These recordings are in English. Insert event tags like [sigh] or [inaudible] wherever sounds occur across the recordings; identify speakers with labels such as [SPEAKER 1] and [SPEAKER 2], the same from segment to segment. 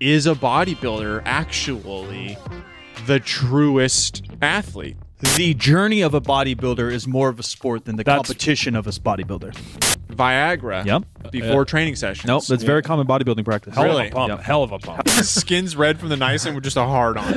[SPEAKER 1] is a bodybuilder actually the truest athlete?
[SPEAKER 2] The journey of a bodybuilder is more of a sport than the
[SPEAKER 3] That's-
[SPEAKER 2] competition of a bodybuilder.
[SPEAKER 1] Viagra
[SPEAKER 2] Yep. Uh,
[SPEAKER 1] before training sessions.
[SPEAKER 2] Nope, that's very common bodybuilding practice.
[SPEAKER 3] Hell
[SPEAKER 1] Really?
[SPEAKER 3] of a pump.
[SPEAKER 2] Yep.
[SPEAKER 3] Hell of a
[SPEAKER 1] [laughs]
[SPEAKER 3] pump.
[SPEAKER 1] Skin's red from the niacin with just a hard on.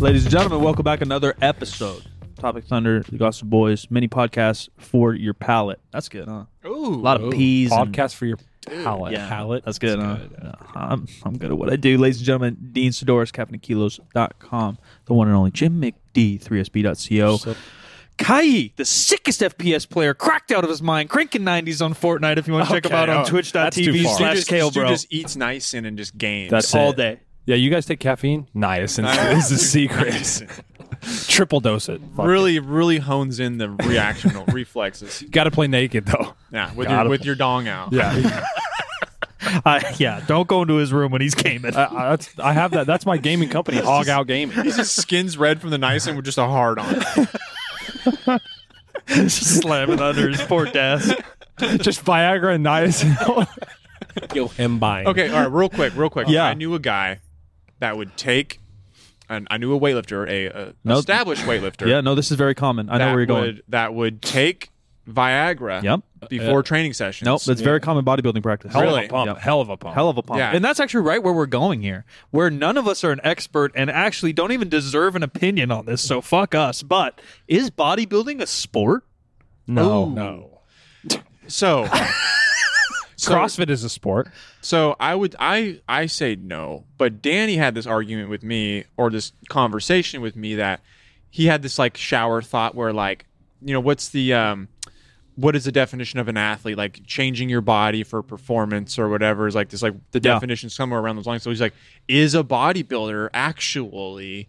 [SPEAKER 2] Ladies and gentlemen, welcome back another episode. Topic Thunder, the Gossip Boys, mini podcast for your palate. That's good, huh?
[SPEAKER 1] Ooh.
[SPEAKER 2] A lot of peas. and-
[SPEAKER 3] Podcast for your palate.
[SPEAKER 2] yeah,
[SPEAKER 3] Palate.
[SPEAKER 2] That's good, huh? Yeah, I'm, I'm good at what I do. Ladies and gentlemen, Dean Sidoris, CaptainKilos.com, the one and only Jim McD, 3SB.co. Kai, the sickest FPS player, cracked out of his mind, cranking 90s on Fortnite if you want to check him
[SPEAKER 3] Okay,
[SPEAKER 2] out on
[SPEAKER 3] oh, that's too
[SPEAKER 2] twitch.tv
[SPEAKER 3] far.
[SPEAKER 1] Dude
[SPEAKER 2] slash
[SPEAKER 1] just,
[SPEAKER 2] Kale,
[SPEAKER 1] dude
[SPEAKER 2] bro.
[SPEAKER 1] just eats niacin and just games.
[SPEAKER 3] That's
[SPEAKER 2] All
[SPEAKER 3] it.
[SPEAKER 2] day.
[SPEAKER 3] Yeah, you guys take caffeine? Niacin is the secret.
[SPEAKER 2] [laughs]
[SPEAKER 3] Triple dose it.
[SPEAKER 1] really, really hones in the
[SPEAKER 2] [laughs]
[SPEAKER 1] reactional reflexes.
[SPEAKER 3] Got to play naked though.
[SPEAKER 1] Yeah, with
[SPEAKER 3] Gotta-
[SPEAKER 1] your with your dong out.
[SPEAKER 3] Yeah,
[SPEAKER 2] Uh, yeah, [laughs] don't go into his room when he's gaming.
[SPEAKER 3] I, I, that's, I have that. That's my
[SPEAKER 2] [laughs]
[SPEAKER 3] gaming company, Hog Out Gaming.
[SPEAKER 1] His skin's red from the niacin with just a hard
[SPEAKER 2] [laughs]
[SPEAKER 1] on.
[SPEAKER 2] just slamming under his poor desk.
[SPEAKER 3] [laughs] Just Viagra
[SPEAKER 2] [laughs]
[SPEAKER 3] and niacin. Yo, him buying.
[SPEAKER 1] Okay, all right, real quick, real quick.
[SPEAKER 2] Yeah.
[SPEAKER 1] I knew a guy that would take, and I knew a weightlifter, a, a
[SPEAKER 2] No.
[SPEAKER 1] established weightlifter.
[SPEAKER 2] Yeah, no, this is very common. I know
[SPEAKER 1] that
[SPEAKER 2] where you're going.
[SPEAKER 1] would, That would take Viagra.
[SPEAKER 2] Yep.
[SPEAKER 1] Before training sessions.
[SPEAKER 2] Nope, that's very common bodybuilding practice.
[SPEAKER 3] Hell
[SPEAKER 1] Really?
[SPEAKER 3] of a pump.
[SPEAKER 2] Yep.
[SPEAKER 3] Hell of a pump.
[SPEAKER 2] Hell of a pump.
[SPEAKER 1] Yeah.
[SPEAKER 2] And that's actually right where we're going here, where none of us are an expert and actually don't even deserve an opinion on this, so fuck us. But is bodybuilding a sport?
[SPEAKER 3] no,
[SPEAKER 1] Ooh.
[SPEAKER 2] [laughs]
[SPEAKER 3] no.
[SPEAKER 1] so. so-
[SPEAKER 3] CrossFit is a sport.
[SPEAKER 1] So I would I I say no, but Danny had this argument with me or this conversation with me that he had this like shower thought where like you know what's the um what is the definition of an athlete like changing your body for performance or whatever is like this like the
[SPEAKER 2] Yeah.
[SPEAKER 1] definition somewhere around those lines. So he's like, is a bodybuilder actually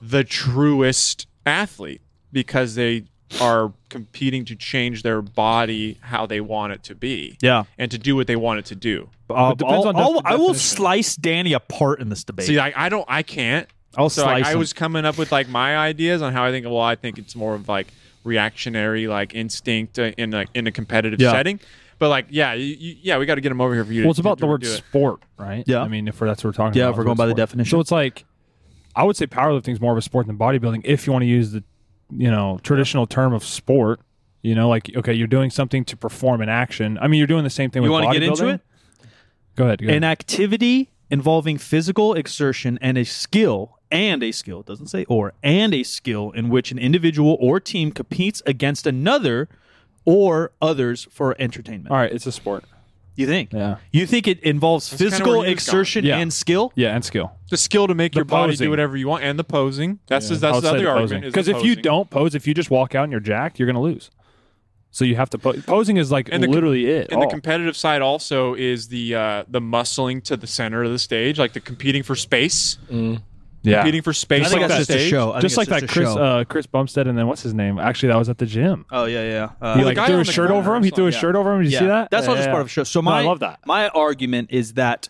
[SPEAKER 1] the truest athlete because they are competing to change their body how they want it to be
[SPEAKER 2] Yeah.
[SPEAKER 1] and to do what they want it to do.
[SPEAKER 2] Uh,
[SPEAKER 3] It depends
[SPEAKER 2] I'll-
[SPEAKER 3] on def-
[SPEAKER 2] I'll- I will
[SPEAKER 3] definition.
[SPEAKER 2] slice Danny apart in this debate.
[SPEAKER 1] See, I, I don't, I can't.
[SPEAKER 2] I'll
[SPEAKER 1] So like,
[SPEAKER 2] slice
[SPEAKER 1] I
[SPEAKER 2] him.
[SPEAKER 1] was coming up with like my ideas on how I think. Well, I think it's more of like reactionary, like instinct uh, in like in a competitive
[SPEAKER 2] Yeah.
[SPEAKER 1] setting. But like, yeah, you, you, yeah, we got to get him over here for you.
[SPEAKER 3] Well,
[SPEAKER 1] to,
[SPEAKER 3] it's about
[SPEAKER 1] to
[SPEAKER 3] the word
[SPEAKER 1] do it.
[SPEAKER 3] sport, right?
[SPEAKER 2] Yeah.
[SPEAKER 3] I mean, if we're, that's what we're talking
[SPEAKER 2] Yeah,
[SPEAKER 3] about.
[SPEAKER 2] if we're
[SPEAKER 3] it's
[SPEAKER 2] going by the
[SPEAKER 3] sport.
[SPEAKER 2] definition.
[SPEAKER 3] So it's like, I would say powerlifting is more of a sport than bodybuilding if you want to use the, you know, traditional term of sport. You know, like, okay, you're doing something to perform an action. I mean, you're doing the same thing
[SPEAKER 2] You
[SPEAKER 3] with
[SPEAKER 2] wanna
[SPEAKER 3] bodybuilding.
[SPEAKER 2] get into it?
[SPEAKER 3] Go ahead. Go ahead.
[SPEAKER 2] an activity involving physical exertion and a skill and a skill it doesn't say or and a skill in which an individual or team competes against another or others for entertainment
[SPEAKER 3] All right, it's a sport.
[SPEAKER 2] you think
[SPEAKER 3] Yeah.
[SPEAKER 2] you think it involves
[SPEAKER 1] kinda
[SPEAKER 2] physical
[SPEAKER 1] where he was going.
[SPEAKER 2] exertion
[SPEAKER 3] Yeah.
[SPEAKER 2] and skill
[SPEAKER 3] Yeah, and skill.
[SPEAKER 1] the skill to make your body
[SPEAKER 3] posing.
[SPEAKER 1] do whatever you want, and the posing. That's the-
[SPEAKER 3] I
[SPEAKER 1] that's
[SPEAKER 3] would
[SPEAKER 1] the
[SPEAKER 3] say
[SPEAKER 1] other
[SPEAKER 3] the
[SPEAKER 1] argument.
[SPEAKER 3] posing.
[SPEAKER 1] is the
[SPEAKER 3] if you
[SPEAKER 1] posing.
[SPEAKER 3] don't pose, if you just walk out and you're jacked, you're gonna lose. So you have to pose. Posing is like
[SPEAKER 1] And the com-
[SPEAKER 3] literally it.
[SPEAKER 1] and the
[SPEAKER 3] all.
[SPEAKER 1] competitive side also is the uh, the muscling to the center of the stage, like the competing for space,
[SPEAKER 3] yeah.
[SPEAKER 1] competing for space.
[SPEAKER 2] I think
[SPEAKER 1] on the
[SPEAKER 2] that's just a
[SPEAKER 1] stage.
[SPEAKER 2] show. I think
[SPEAKER 3] Just like
[SPEAKER 2] it's
[SPEAKER 3] that
[SPEAKER 2] just a
[SPEAKER 3] Chris
[SPEAKER 2] show.
[SPEAKER 3] uh, Chris Bumstead, and then what's his name? Actually, that was at the gym.
[SPEAKER 2] oh yeah yeah uh,
[SPEAKER 3] he
[SPEAKER 1] the
[SPEAKER 3] like
[SPEAKER 1] guy
[SPEAKER 3] threw
[SPEAKER 1] on
[SPEAKER 3] his
[SPEAKER 1] the
[SPEAKER 3] shirt
[SPEAKER 1] corner
[SPEAKER 3] over him.
[SPEAKER 1] or
[SPEAKER 3] He threw his
[SPEAKER 1] something,
[SPEAKER 3] shirt over him. Did you see that?
[SPEAKER 2] That's all just
[SPEAKER 3] Yeah.
[SPEAKER 2] part of a show. So
[SPEAKER 3] No,
[SPEAKER 2] my
[SPEAKER 3] I love that.
[SPEAKER 2] My argument is that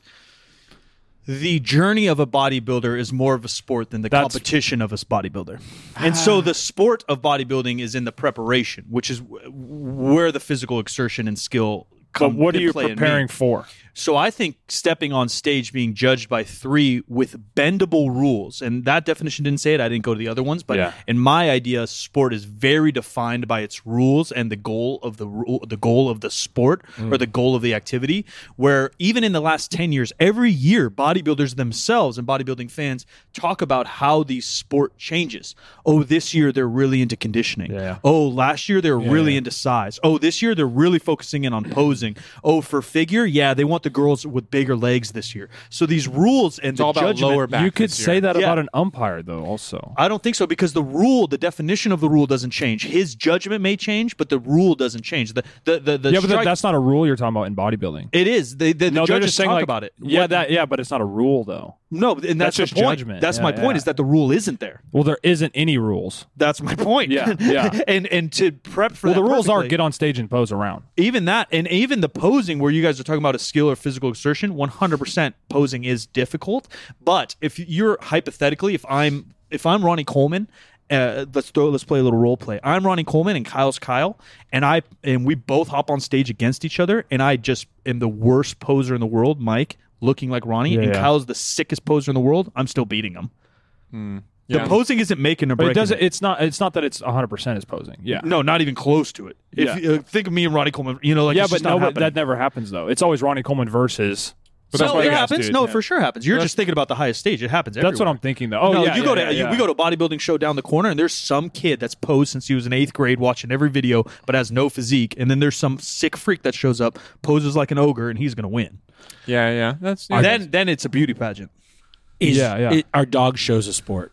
[SPEAKER 2] the journey of a bodybuilder is more of a sport than the
[SPEAKER 3] That's- Ah.
[SPEAKER 2] competition of a bodybuilder. And so the sport of bodybuilding is in the preparation, which is w- where the physical exertion and skill
[SPEAKER 3] But
[SPEAKER 2] come
[SPEAKER 3] what are
[SPEAKER 2] into
[SPEAKER 3] you
[SPEAKER 2] play and
[SPEAKER 3] preparing
[SPEAKER 2] mean.
[SPEAKER 3] for?
[SPEAKER 2] So I think stepping on stage being judged by three with bendable rules, and that definition didn't say it. I didn't go to the other ones, but
[SPEAKER 3] Yeah.
[SPEAKER 2] in my idea, sport is very defined by its rules and the goal of the rule, the goal of the sport or the goal of the activity. Where even in the last ten years, every year, bodybuilders themselves and bodybuilding fans talk about how the sport changes. Oh, this year they're really into conditioning.
[SPEAKER 3] Yeah.
[SPEAKER 2] Oh, last year they were really into size. Oh, this year they're really focusing in on posing. Oh, for figure, yeah, they want the girls with bigger legs this year. So these rules and the
[SPEAKER 1] all about
[SPEAKER 2] judgment,
[SPEAKER 1] lower back.
[SPEAKER 3] You could
[SPEAKER 1] this year.
[SPEAKER 3] say that
[SPEAKER 2] Yeah.
[SPEAKER 3] about an umpire, though. Also,
[SPEAKER 2] I don't think so because the rule, the definition of the rule doesn't change. His judgment may change, but the rule doesn't change. The the the, the
[SPEAKER 3] yeah, but
[SPEAKER 2] strike-
[SPEAKER 3] that that's not a rule you're talking about in bodybuilding.
[SPEAKER 2] it is. They, they, the
[SPEAKER 3] no, they're
[SPEAKER 2] judges
[SPEAKER 3] just saying
[SPEAKER 2] talk
[SPEAKER 3] like,
[SPEAKER 2] about it.
[SPEAKER 3] Yeah,
[SPEAKER 2] What-
[SPEAKER 3] that yeah, but it's not a rule though.
[SPEAKER 2] no, and that's,
[SPEAKER 3] that's just
[SPEAKER 2] the point.
[SPEAKER 3] judgment.
[SPEAKER 2] That's
[SPEAKER 3] Yeah,
[SPEAKER 2] my point
[SPEAKER 3] yeah.
[SPEAKER 2] is that the rule isn't there.
[SPEAKER 3] Well, there isn't any rules.
[SPEAKER 2] That's my point.
[SPEAKER 3] Yeah, yeah.
[SPEAKER 2] [laughs] and and to prep for
[SPEAKER 3] Well, the
[SPEAKER 2] that
[SPEAKER 3] rules are
[SPEAKER 2] perfectly-
[SPEAKER 3] get on stage and pose around.
[SPEAKER 2] even that and even the posing where you guys are talking about a skill or physical exertion 100% posing is difficult but if you're hypothetically if i'm if i'm ronnie coleman uh, let's throw let's play a little role play i'm ronnie coleman and kyle's kyle and i and we both hop on stage against each other and i just am the worst poser in the world mike looking like Ronnie,
[SPEAKER 3] Yeah,
[SPEAKER 2] and
[SPEAKER 3] yeah.
[SPEAKER 2] Kyle's the sickest poser in the world, I'm still beating him.
[SPEAKER 1] Yeah.
[SPEAKER 2] The posing isn't making or
[SPEAKER 3] But
[SPEAKER 2] breaking.
[SPEAKER 3] it doesn't. It's not. It's not that it's 100 percent is posing. Yeah.
[SPEAKER 2] No, not even close to it. If you uh, think of me and Ronnie Coleman, you know, like
[SPEAKER 3] yeah,
[SPEAKER 2] it's
[SPEAKER 3] but
[SPEAKER 2] just not
[SPEAKER 3] no, but
[SPEAKER 2] happening.
[SPEAKER 3] that never happens though. It's always Ronnie Coleman versus. But
[SPEAKER 2] no,
[SPEAKER 3] why
[SPEAKER 2] it
[SPEAKER 3] I asked,
[SPEAKER 2] happens.
[SPEAKER 3] dude.
[SPEAKER 2] No, it
[SPEAKER 3] Yeah.
[SPEAKER 2] for sure happens. You're just thinking about the highest stage. It happens.
[SPEAKER 3] That's what
[SPEAKER 2] everywhere.
[SPEAKER 3] I'm thinking though. Oh
[SPEAKER 2] no,
[SPEAKER 3] yeah,
[SPEAKER 2] you go
[SPEAKER 3] yeah,
[SPEAKER 2] to
[SPEAKER 3] yeah.
[SPEAKER 2] you, we go to a bodybuilding show down the corner, and there's some kid that's posed since he was in eighth grade, watching every video, but has no physique. And then there's some sick freak that shows up, poses like an ogre, and he's gonna win.
[SPEAKER 1] yeah, yeah. That's yeah.
[SPEAKER 2] then then it's a beauty pageant.
[SPEAKER 4] Is,
[SPEAKER 3] Yeah, yeah.
[SPEAKER 4] It, our dog shows a sport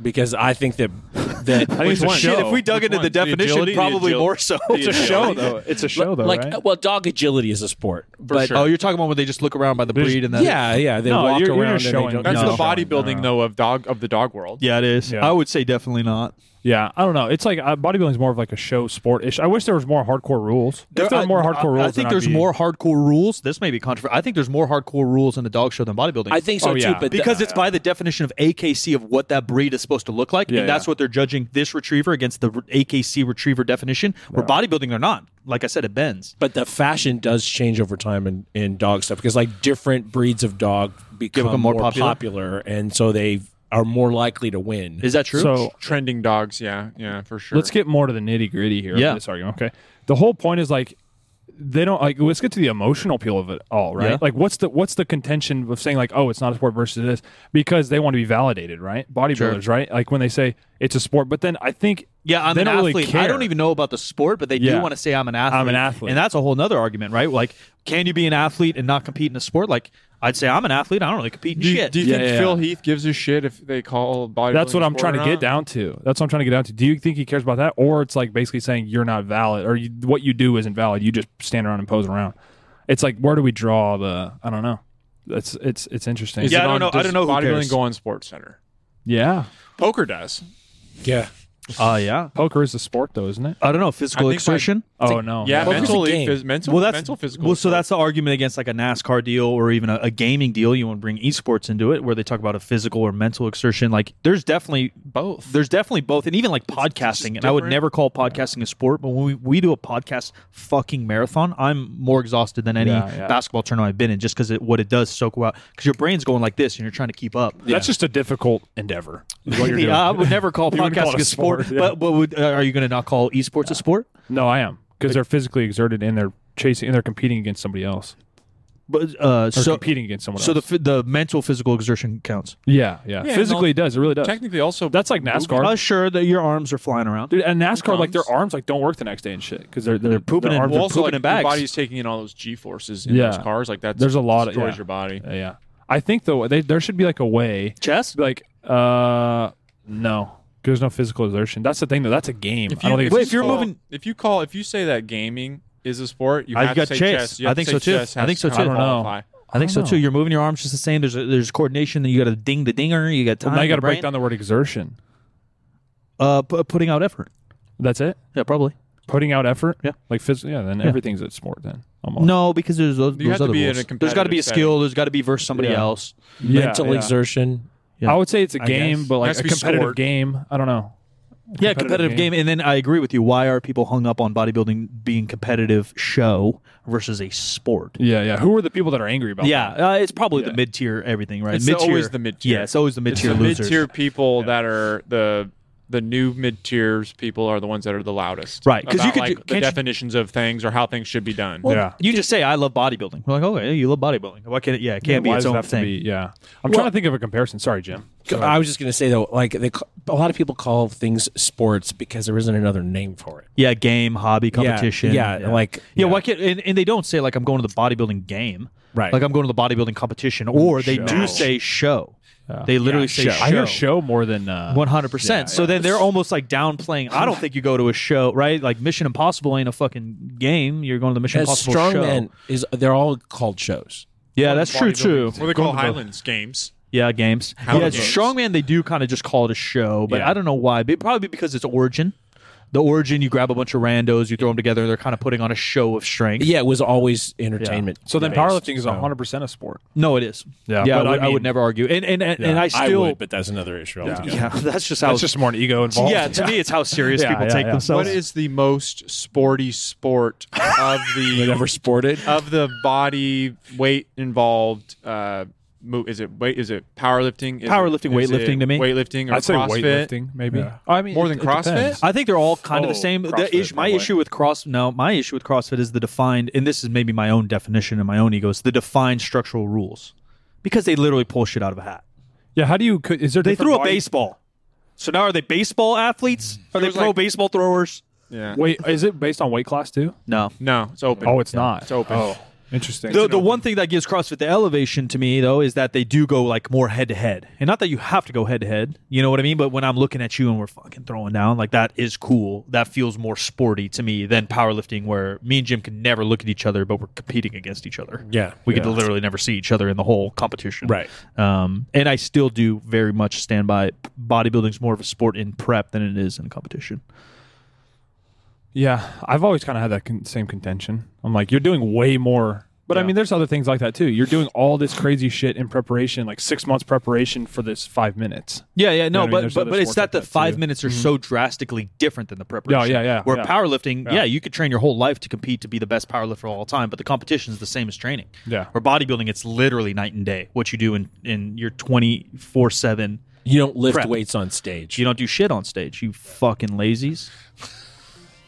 [SPEAKER 4] because I think that
[SPEAKER 3] [laughs]
[SPEAKER 4] that
[SPEAKER 3] it's a Which show.
[SPEAKER 2] Shit, if we dug
[SPEAKER 3] Which
[SPEAKER 2] into
[SPEAKER 3] one?
[SPEAKER 2] the
[SPEAKER 3] The
[SPEAKER 2] definition,
[SPEAKER 3] agility, the
[SPEAKER 2] probably
[SPEAKER 3] agil-
[SPEAKER 2] more so. [laughs]
[SPEAKER 3] It's a show though. It's a show though,
[SPEAKER 4] like
[SPEAKER 3] right?
[SPEAKER 4] well, dog agility is a sport, but
[SPEAKER 2] Oh, you're talking about when they just look around by the breed and that.
[SPEAKER 4] yeah, yeah, they
[SPEAKER 3] No,
[SPEAKER 4] walk
[SPEAKER 3] you're- you're
[SPEAKER 4] around
[SPEAKER 3] just
[SPEAKER 4] and they
[SPEAKER 3] showing-
[SPEAKER 4] don't.
[SPEAKER 1] that's
[SPEAKER 3] No.
[SPEAKER 1] the bodybuilding though of dog of the dog world.
[SPEAKER 2] yeah, it is.
[SPEAKER 3] Yeah.
[SPEAKER 2] I would say definitely not.
[SPEAKER 3] Yeah, I don't know. It's like uh, bodybuilding is more of like a show sport ish. I wish there was more hardcore rules. If there
[SPEAKER 2] I-
[SPEAKER 3] were more hardcore rules,
[SPEAKER 2] I, I
[SPEAKER 3] then
[SPEAKER 2] think
[SPEAKER 3] I'd
[SPEAKER 2] there's
[SPEAKER 3] be-
[SPEAKER 2] more hardcore rules. This may be controversial. I think there's more hardcore rules in the dog show than bodybuilding.
[SPEAKER 4] I think so
[SPEAKER 3] Oh, yeah.
[SPEAKER 4] too, but the-
[SPEAKER 2] because it's by the definition of AKC of what that breed is supposed to look like,
[SPEAKER 3] Yeah,
[SPEAKER 2] and that's
[SPEAKER 3] yeah.
[SPEAKER 2] what they're judging this retriever against the re- AKC retriever definition. Where bodybuilding, they're not. Like I said, it bends.
[SPEAKER 4] but the fashion does change over time in, in dog stuff because like different breeds of dog become,
[SPEAKER 2] Become more
[SPEAKER 4] more,
[SPEAKER 2] popular.
[SPEAKER 4] popular. and so they are more likely to win.
[SPEAKER 2] Is that true?
[SPEAKER 3] So
[SPEAKER 1] Trending dogs, yeah, yeah, for sure.
[SPEAKER 3] Let's get more to the nitty gritty here.
[SPEAKER 2] Yeah.
[SPEAKER 3] Yeah. This argument. Okay. The whole point is like they don't like. Let's get to the emotional appeal of it all, right?
[SPEAKER 2] Yeah.
[SPEAKER 3] Like, what's the what's the contention of saying like, oh, it's not a sport versus this because they want to be validated, right? Bodybuilders, right? Like when they say it's a sport, but then I think
[SPEAKER 2] yeah, I'm
[SPEAKER 3] they
[SPEAKER 2] an
[SPEAKER 3] don't really
[SPEAKER 2] athlete. I
[SPEAKER 3] care.
[SPEAKER 2] don't even know about the sport, but they do
[SPEAKER 3] Yeah.
[SPEAKER 2] want to say I'm an athlete.
[SPEAKER 3] I'm an athlete.
[SPEAKER 2] and that's a whole nother argument, right? Like, can you be an athlete and not compete in a sport? Like, I'd say I'm an athlete. I don't really compete in
[SPEAKER 1] do you,
[SPEAKER 2] shit.
[SPEAKER 1] do you
[SPEAKER 3] Yeah,
[SPEAKER 1] think
[SPEAKER 3] yeah,
[SPEAKER 1] Phil Heath gives a shit if they call bodybuilding?
[SPEAKER 3] That's what
[SPEAKER 1] a
[SPEAKER 3] I'm
[SPEAKER 1] sport
[SPEAKER 3] trying
[SPEAKER 1] or
[SPEAKER 3] to get
[SPEAKER 1] not?
[SPEAKER 3] down to. That's what I'm trying to get down to. Do you think he cares about that, or it's like basically saying you're not valid, or you, what you do isn't valid? You just stand around and pose around. It's like where do we draw the? I don't know. It's it's it's interesting.
[SPEAKER 1] Is
[SPEAKER 2] Yeah,
[SPEAKER 1] it
[SPEAKER 2] I don't
[SPEAKER 1] on-
[SPEAKER 2] know- I
[SPEAKER 1] does
[SPEAKER 2] don't know who
[SPEAKER 1] Bodybuilding
[SPEAKER 2] cares.
[SPEAKER 1] go on Sports Center.
[SPEAKER 3] yeah.
[SPEAKER 1] Poker does.
[SPEAKER 4] yeah,
[SPEAKER 2] Oh yeah.
[SPEAKER 3] Poker is a sport though, isn't it?
[SPEAKER 2] I don't know physical
[SPEAKER 1] I think by-
[SPEAKER 2] exertion.
[SPEAKER 3] Oh no.
[SPEAKER 1] Yeah,
[SPEAKER 4] Poker's a
[SPEAKER 1] mentally,
[SPEAKER 4] game.
[SPEAKER 1] phys- mental,
[SPEAKER 2] well, that's
[SPEAKER 1] mental, physical.
[SPEAKER 2] Well, so
[SPEAKER 1] sport.
[SPEAKER 2] that's the argument against like a NASCAR deal or even a, a gaming deal. You want to bring esports into it, where they talk about a physical or mental exertion. Like, there's definitely both. There's definitely both, and even like podcasting. And I would
[SPEAKER 1] different.
[SPEAKER 2] never call podcasting a sport, but when we, we do a podcast fucking marathon, I'm more exhausted than any
[SPEAKER 3] Yeah, yeah.
[SPEAKER 2] basketball tournament I've been in, just because what it does soak out. Because your brain's going like this, and you're trying to keep up.
[SPEAKER 3] That's just a difficult endeavor. is what
[SPEAKER 2] [laughs]
[SPEAKER 3] you're
[SPEAKER 2] Yeah,
[SPEAKER 3] doing.
[SPEAKER 2] I would never call
[SPEAKER 3] [laughs] You wouldn't call
[SPEAKER 2] podcasting
[SPEAKER 3] it a
[SPEAKER 2] a sport,
[SPEAKER 3] sport, yeah.
[SPEAKER 2] but, but would, uh, are you going to not call esports a sport?
[SPEAKER 3] No, I am because they're physically exerted and they're chasing and they're competing against somebody else.
[SPEAKER 2] But uh,
[SPEAKER 3] Or
[SPEAKER 2] so
[SPEAKER 3] competing against someone
[SPEAKER 2] so the
[SPEAKER 3] else.
[SPEAKER 2] phy- the mental physical exertion counts.
[SPEAKER 3] yeah, yeah,
[SPEAKER 1] Yeah, no.
[SPEAKER 3] Physically, it does. It really does.
[SPEAKER 1] technically also
[SPEAKER 3] That's like NASCAR.
[SPEAKER 2] Uh, sure, that your arms are flying around.
[SPEAKER 3] Dude, and NASCAR, like their
[SPEAKER 1] Thumbs.
[SPEAKER 3] arms, like don't work the next day and shit because they're, they're
[SPEAKER 2] pooping
[SPEAKER 3] their
[SPEAKER 2] in
[SPEAKER 3] arms
[SPEAKER 1] well,
[SPEAKER 3] are-
[SPEAKER 1] also
[SPEAKER 2] pooping
[SPEAKER 1] like
[SPEAKER 2] in
[SPEAKER 1] your
[SPEAKER 2] bags.
[SPEAKER 1] body's taking in all those G forces in
[SPEAKER 3] Yeah.
[SPEAKER 1] those cars. Like that's
[SPEAKER 3] There's a lot of-
[SPEAKER 1] destroys
[SPEAKER 3] yeah.
[SPEAKER 1] your body.
[SPEAKER 3] Uh, yeah, I think though they, there should be like a way,
[SPEAKER 2] Chess?
[SPEAKER 3] like uh, no, 'Cause there's no physical exertion. That's the thing though. That's a game. I don't think.
[SPEAKER 2] wait,
[SPEAKER 3] it's
[SPEAKER 2] if you're
[SPEAKER 1] call-
[SPEAKER 2] moving-
[SPEAKER 1] if you call, if you say that gaming is a sport, you
[SPEAKER 2] I've
[SPEAKER 1] have
[SPEAKER 2] got
[SPEAKER 1] to say
[SPEAKER 2] chess.
[SPEAKER 1] chess. You have
[SPEAKER 2] I think
[SPEAKER 1] to say
[SPEAKER 2] so, too.
[SPEAKER 1] chess
[SPEAKER 2] I
[SPEAKER 1] has
[SPEAKER 2] think so,
[SPEAKER 1] to
[SPEAKER 2] too.
[SPEAKER 3] I don't know.
[SPEAKER 1] qualify.
[SPEAKER 2] I think so
[SPEAKER 3] know.
[SPEAKER 2] too. You're moving your arms just the same. There's a, there's coordination. Then you got to ding the dinger. You got time.
[SPEAKER 3] now you got to
[SPEAKER 2] the
[SPEAKER 3] break
[SPEAKER 2] brain.
[SPEAKER 3] down the word exertion.
[SPEAKER 2] Uh, pu- putting out effort.
[SPEAKER 3] That's it.
[SPEAKER 2] Yeah, probably.
[SPEAKER 3] Putting out effort.
[SPEAKER 2] Yeah.
[SPEAKER 3] like physical. Yeah, then everything's a sport. Then almost.
[SPEAKER 2] No, because there's those,
[SPEAKER 1] You have
[SPEAKER 2] those
[SPEAKER 1] to
[SPEAKER 2] other
[SPEAKER 1] be in
[SPEAKER 2] rules.
[SPEAKER 1] a
[SPEAKER 2] there's got to be a
[SPEAKER 1] competitive
[SPEAKER 2] skill. There's got to be versus somebody
[SPEAKER 3] Yeah.
[SPEAKER 2] else.
[SPEAKER 3] Yeah,
[SPEAKER 4] mental
[SPEAKER 3] yeah.
[SPEAKER 4] exertion.
[SPEAKER 2] Yeah.
[SPEAKER 3] I would say it's a
[SPEAKER 2] I
[SPEAKER 3] game,
[SPEAKER 2] guess.
[SPEAKER 3] but like
[SPEAKER 1] Has
[SPEAKER 3] a
[SPEAKER 1] to be
[SPEAKER 3] competitive
[SPEAKER 1] scored.
[SPEAKER 3] game. I don't know.
[SPEAKER 2] yeah, competitive game. And then I agree with you. Why are people hung up on bodybuilding being competitive show versus a sport?
[SPEAKER 3] Yeah, yeah. Who are the people that are angry about? that?
[SPEAKER 2] Yeah, uh, it's probably the mid tier everything, right?
[SPEAKER 1] It's
[SPEAKER 2] mid-tier.
[SPEAKER 1] always the mid-tier.
[SPEAKER 2] Yeah, it's always the mid
[SPEAKER 1] It's
[SPEAKER 2] tier
[SPEAKER 1] the
[SPEAKER 2] losers.
[SPEAKER 1] mid tier people that are the the new mid tiers people are the ones that are the loudest,
[SPEAKER 2] Right, 'cause you
[SPEAKER 1] about,
[SPEAKER 2] could
[SPEAKER 1] like
[SPEAKER 2] ju-
[SPEAKER 1] the
[SPEAKER 2] can't you-
[SPEAKER 1] definitions of things or how things should be done.
[SPEAKER 3] Well, Yeah.
[SPEAKER 2] You just say I love bodybuilding. We're like, oh, yeah, you love bodybuilding. Why can't it? Yeah, it can't be
[SPEAKER 3] Why
[SPEAKER 2] its
[SPEAKER 3] does it
[SPEAKER 2] own
[SPEAKER 3] have to
[SPEAKER 2] thing.
[SPEAKER 3] be- yeah, I'm
[SPEAKER 4] Well-
[SPEAKER 3] trying to think of a comparison. Sorry, Jim.
[SPEAKER 4] I was just gonna say though, like they, ca- a lot of people call things sports because there isn't another name for it.
[SPEAKER 2] Yeah, game, hobby, competition.
[SPEAKER 4] yeah, like-
[SPEAKER 2] yeah,
[SPEAKER 4] yeah.
[SPEAKER 2] Why can't and, and they don't say like I'm going to the bodybuilding game,
[SPEAKER 4] Right.
[SPEAKER 2] Like I'm going to the bodybuilding competition, or they do
[SPEAKER 3] Show.
[SPEAKER 2] say show. They literally say show.
[SPEAKER 3] I hear show more than uh,
[SPEAKER 2] One hundred percent. So then they're almost like downplaying. I don't think you go to a show, right? Like Mission Impossible ain't a fucking game. You're going to the Mission
[SPEAKER 4] As
[SPEAKER 2] Impossible show.
[SPEAKER 4] strongman is, they're all called shows.
[SPEAKER 2] Yeah, that's true too.
[SPEAKER 1] What do they call Highlands games?
[SPEAKER 2] Yeah, games.
[SPEAKER 1] How
[SPEAKER 2] yeah,
[SPEAKER 1] games?
[SPEAKER 2] Strongman they do kind of just call it a show, but
[SPEAKER 3] Yeah.
[SPEAKER 2] I don't know why. But probably because it's origin. the origin, you grab a bunch of randos, you throw them together, they're kind of putting on a show of strength.
[SPEAKER 4] Yeah, it was always entertainment.
[SPEAKER 3] So then
[SPEAKER 4] based,
[SPEAKER 3] powerlifting is
[SPEAKER 4] so-
[SPEAKER 3] 100% a sport.
[SPEAKER 2] No, it is.
[SPEAKER 3] Yeah,
[SPEAKER 2] yeah. I
[SPEAKER 3] but
[SPEAKER 2] would,
[SPEAKER 3] I
[SPEAKER 2] I would
[SPEAKER 3] mean-
[SPEAKER 2] never argue, and and and, and I
[SPEAKER 4] I
[SPEAKER 2] still,
[SPEAKER 4] would, but that's another issue
[SPEAKER 2] [laughs]
[SPEAKER 3] [laughs]
[SPEAKER 4] altogether.
[SPEAKER 2] yeah, that's just how.
[SPEAKER 3] That's just more an ego
[SPEAKER 2] [laughs]
[SPEAKER 3] involved.
[SPEAKER 2] yeah, to me, it's how serious
[SPEAKER 3] Yeah,
[SPEAKER 2] people
[SPEAKER 3] yeah,
[SPEAKER 2] take
[SPEAKER 3] yeah.
[SPEAKER 2] themselves.
[SPEAKER 1] What is the most sporty sport of the
[SPEAKER 2] [laughs]
[SPEAKER 4] Whatever sported.
[SPEAKER 1] of the body weight involved? Uh, mo- is it weight? Is it powerlifting? Is it-
[SPEAKER 2] Powerlifting,
[SPEAKER 1] is it
[SPEAKER 2] weightlifting to me.
[SPEAKER 1] Weightlifting or
[SPEAKER 3] I'd say
[SPEAKER 1] CrossFit.
[SPEAKER 3] weightlifting, maybe. Uh,
[SPEAKER 4] Yeah.
[SPEAKER 3] I mean,
[SPEAKER 1] More
[SPEAKER 3] it-
[SPEAKER 1] than
[SPEAKER 3] it depends.
[SPEAKER 1] CrossFit?
[SPEAKER 2] I think they're all kind of the
[SPEAKER 3] Oh,
[SPEAKER 2] same. The
[SPEAKER 3] CrossFit,
[SPEAKER 2] is- my
[SPEAKER 3] no way.
[SPEAKER 2] issue with cross no, my issue with CrossFit is the defined, and this is maybe my own definition and my own ego. It's the defined structural rules because they literally pull shit out of a hat.
[SPEAKER 3] Yeah, how do you? could- Is there?
[SPEAKER 2] They
[SPEAKER 3] different
[SPEAKER 2] threw a
[SPEAKER 3] body-
[SPEAKER 2] baseball. So now are they baseball athletes? Are they
[SPEAKER 1] was
[SPEAKER 2] pro
[SPEAKER 1] like-
[SPEAKER 2] baseball throwers?
[SPEAKER 1] Yeah.
[SPEAKER 3] Wait, is it based on weight class too?
[SPEAKER 2] No.
[SPEAKER 1] No, it's open.
[SPEAKER 3] Oh, it's not.
[SPEAKER 1] It's open.
[SPEAKER 3] Oh, interesting.
[SPEAKER 2] The, the one thing that gives CrossFit the elevation to me though is that they do go like more head to head, and not that you have to go head to head. You know what I mean? But when I'm looking at you and we're fucking throwing down, like that is cool. That feels more sporty to me than powerlifting, where me and Jim can never look at each other, but we're competing against each other.
[SPEAKER 4] Yeah.
[SPEAKER 2] we
[SPEAKER 4] Yeah.
[SPEAKER 2] could literally never see each other in the whole competition.
[SPEAKER 4] Right.
[SPEAKER 2] Um, and I still do very much stand by bodybuilding's more of a sport in prep than it is in competition.
[SPEAKER 3] Yeah, I've always kind of had that con- same contention. I'm like, you're doing way more. But I mean, there's other things like that too. You're doing all this crazy shit in preparation, like six months preparation for this five minutes.
[SPEAKER 2] Yeah, yeah, no,
[SPEAKER 3] what I mean?
[SPEAKER 2] but
[SPEAKER 3] There's
[SPEAKER 2] but,
[SPEAKER 3] other
[SPEAKER 2] but it's
[SPEAKER 3] sports
[SPEAKER 2] not
[SPEAKER 3] like
[SPEAKER 2] that
[SPEAKER 3] that,
[SPEAKER 2] the five
[SPEAKER 3] too. Mm-hmm.
[SPEAKER 2] minutes are so drastically different than the preparation.
[SPEAKER 3] Yeah, yeah, yeah,
[SPEAKER 2] Where
[SPEAKER 3] yeah.
[SPEAKER 2] powerlifting, yeah. you could train your whole life to compete to be the best powerlifter of all time, but the competition is the same as training.
[SPEAKER 3] Yeah.
[SPEAKER 2] Or bodybuilding, it's literally night and day. What you do in in your twenty four seven,
[SPEAKER 4] You don't lift
[SPEAKER 2] Prep.
[SPEAKER 4] weights on stage.
[SPEAKER 2] you don't do shit on stage. You fucking lazies.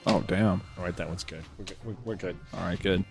[SPEAKER 3] Oh, damn.
[SPEAKER 4] All right, that one's good. We're good. We're, we're good.
[SPEAKER 3] All right, good.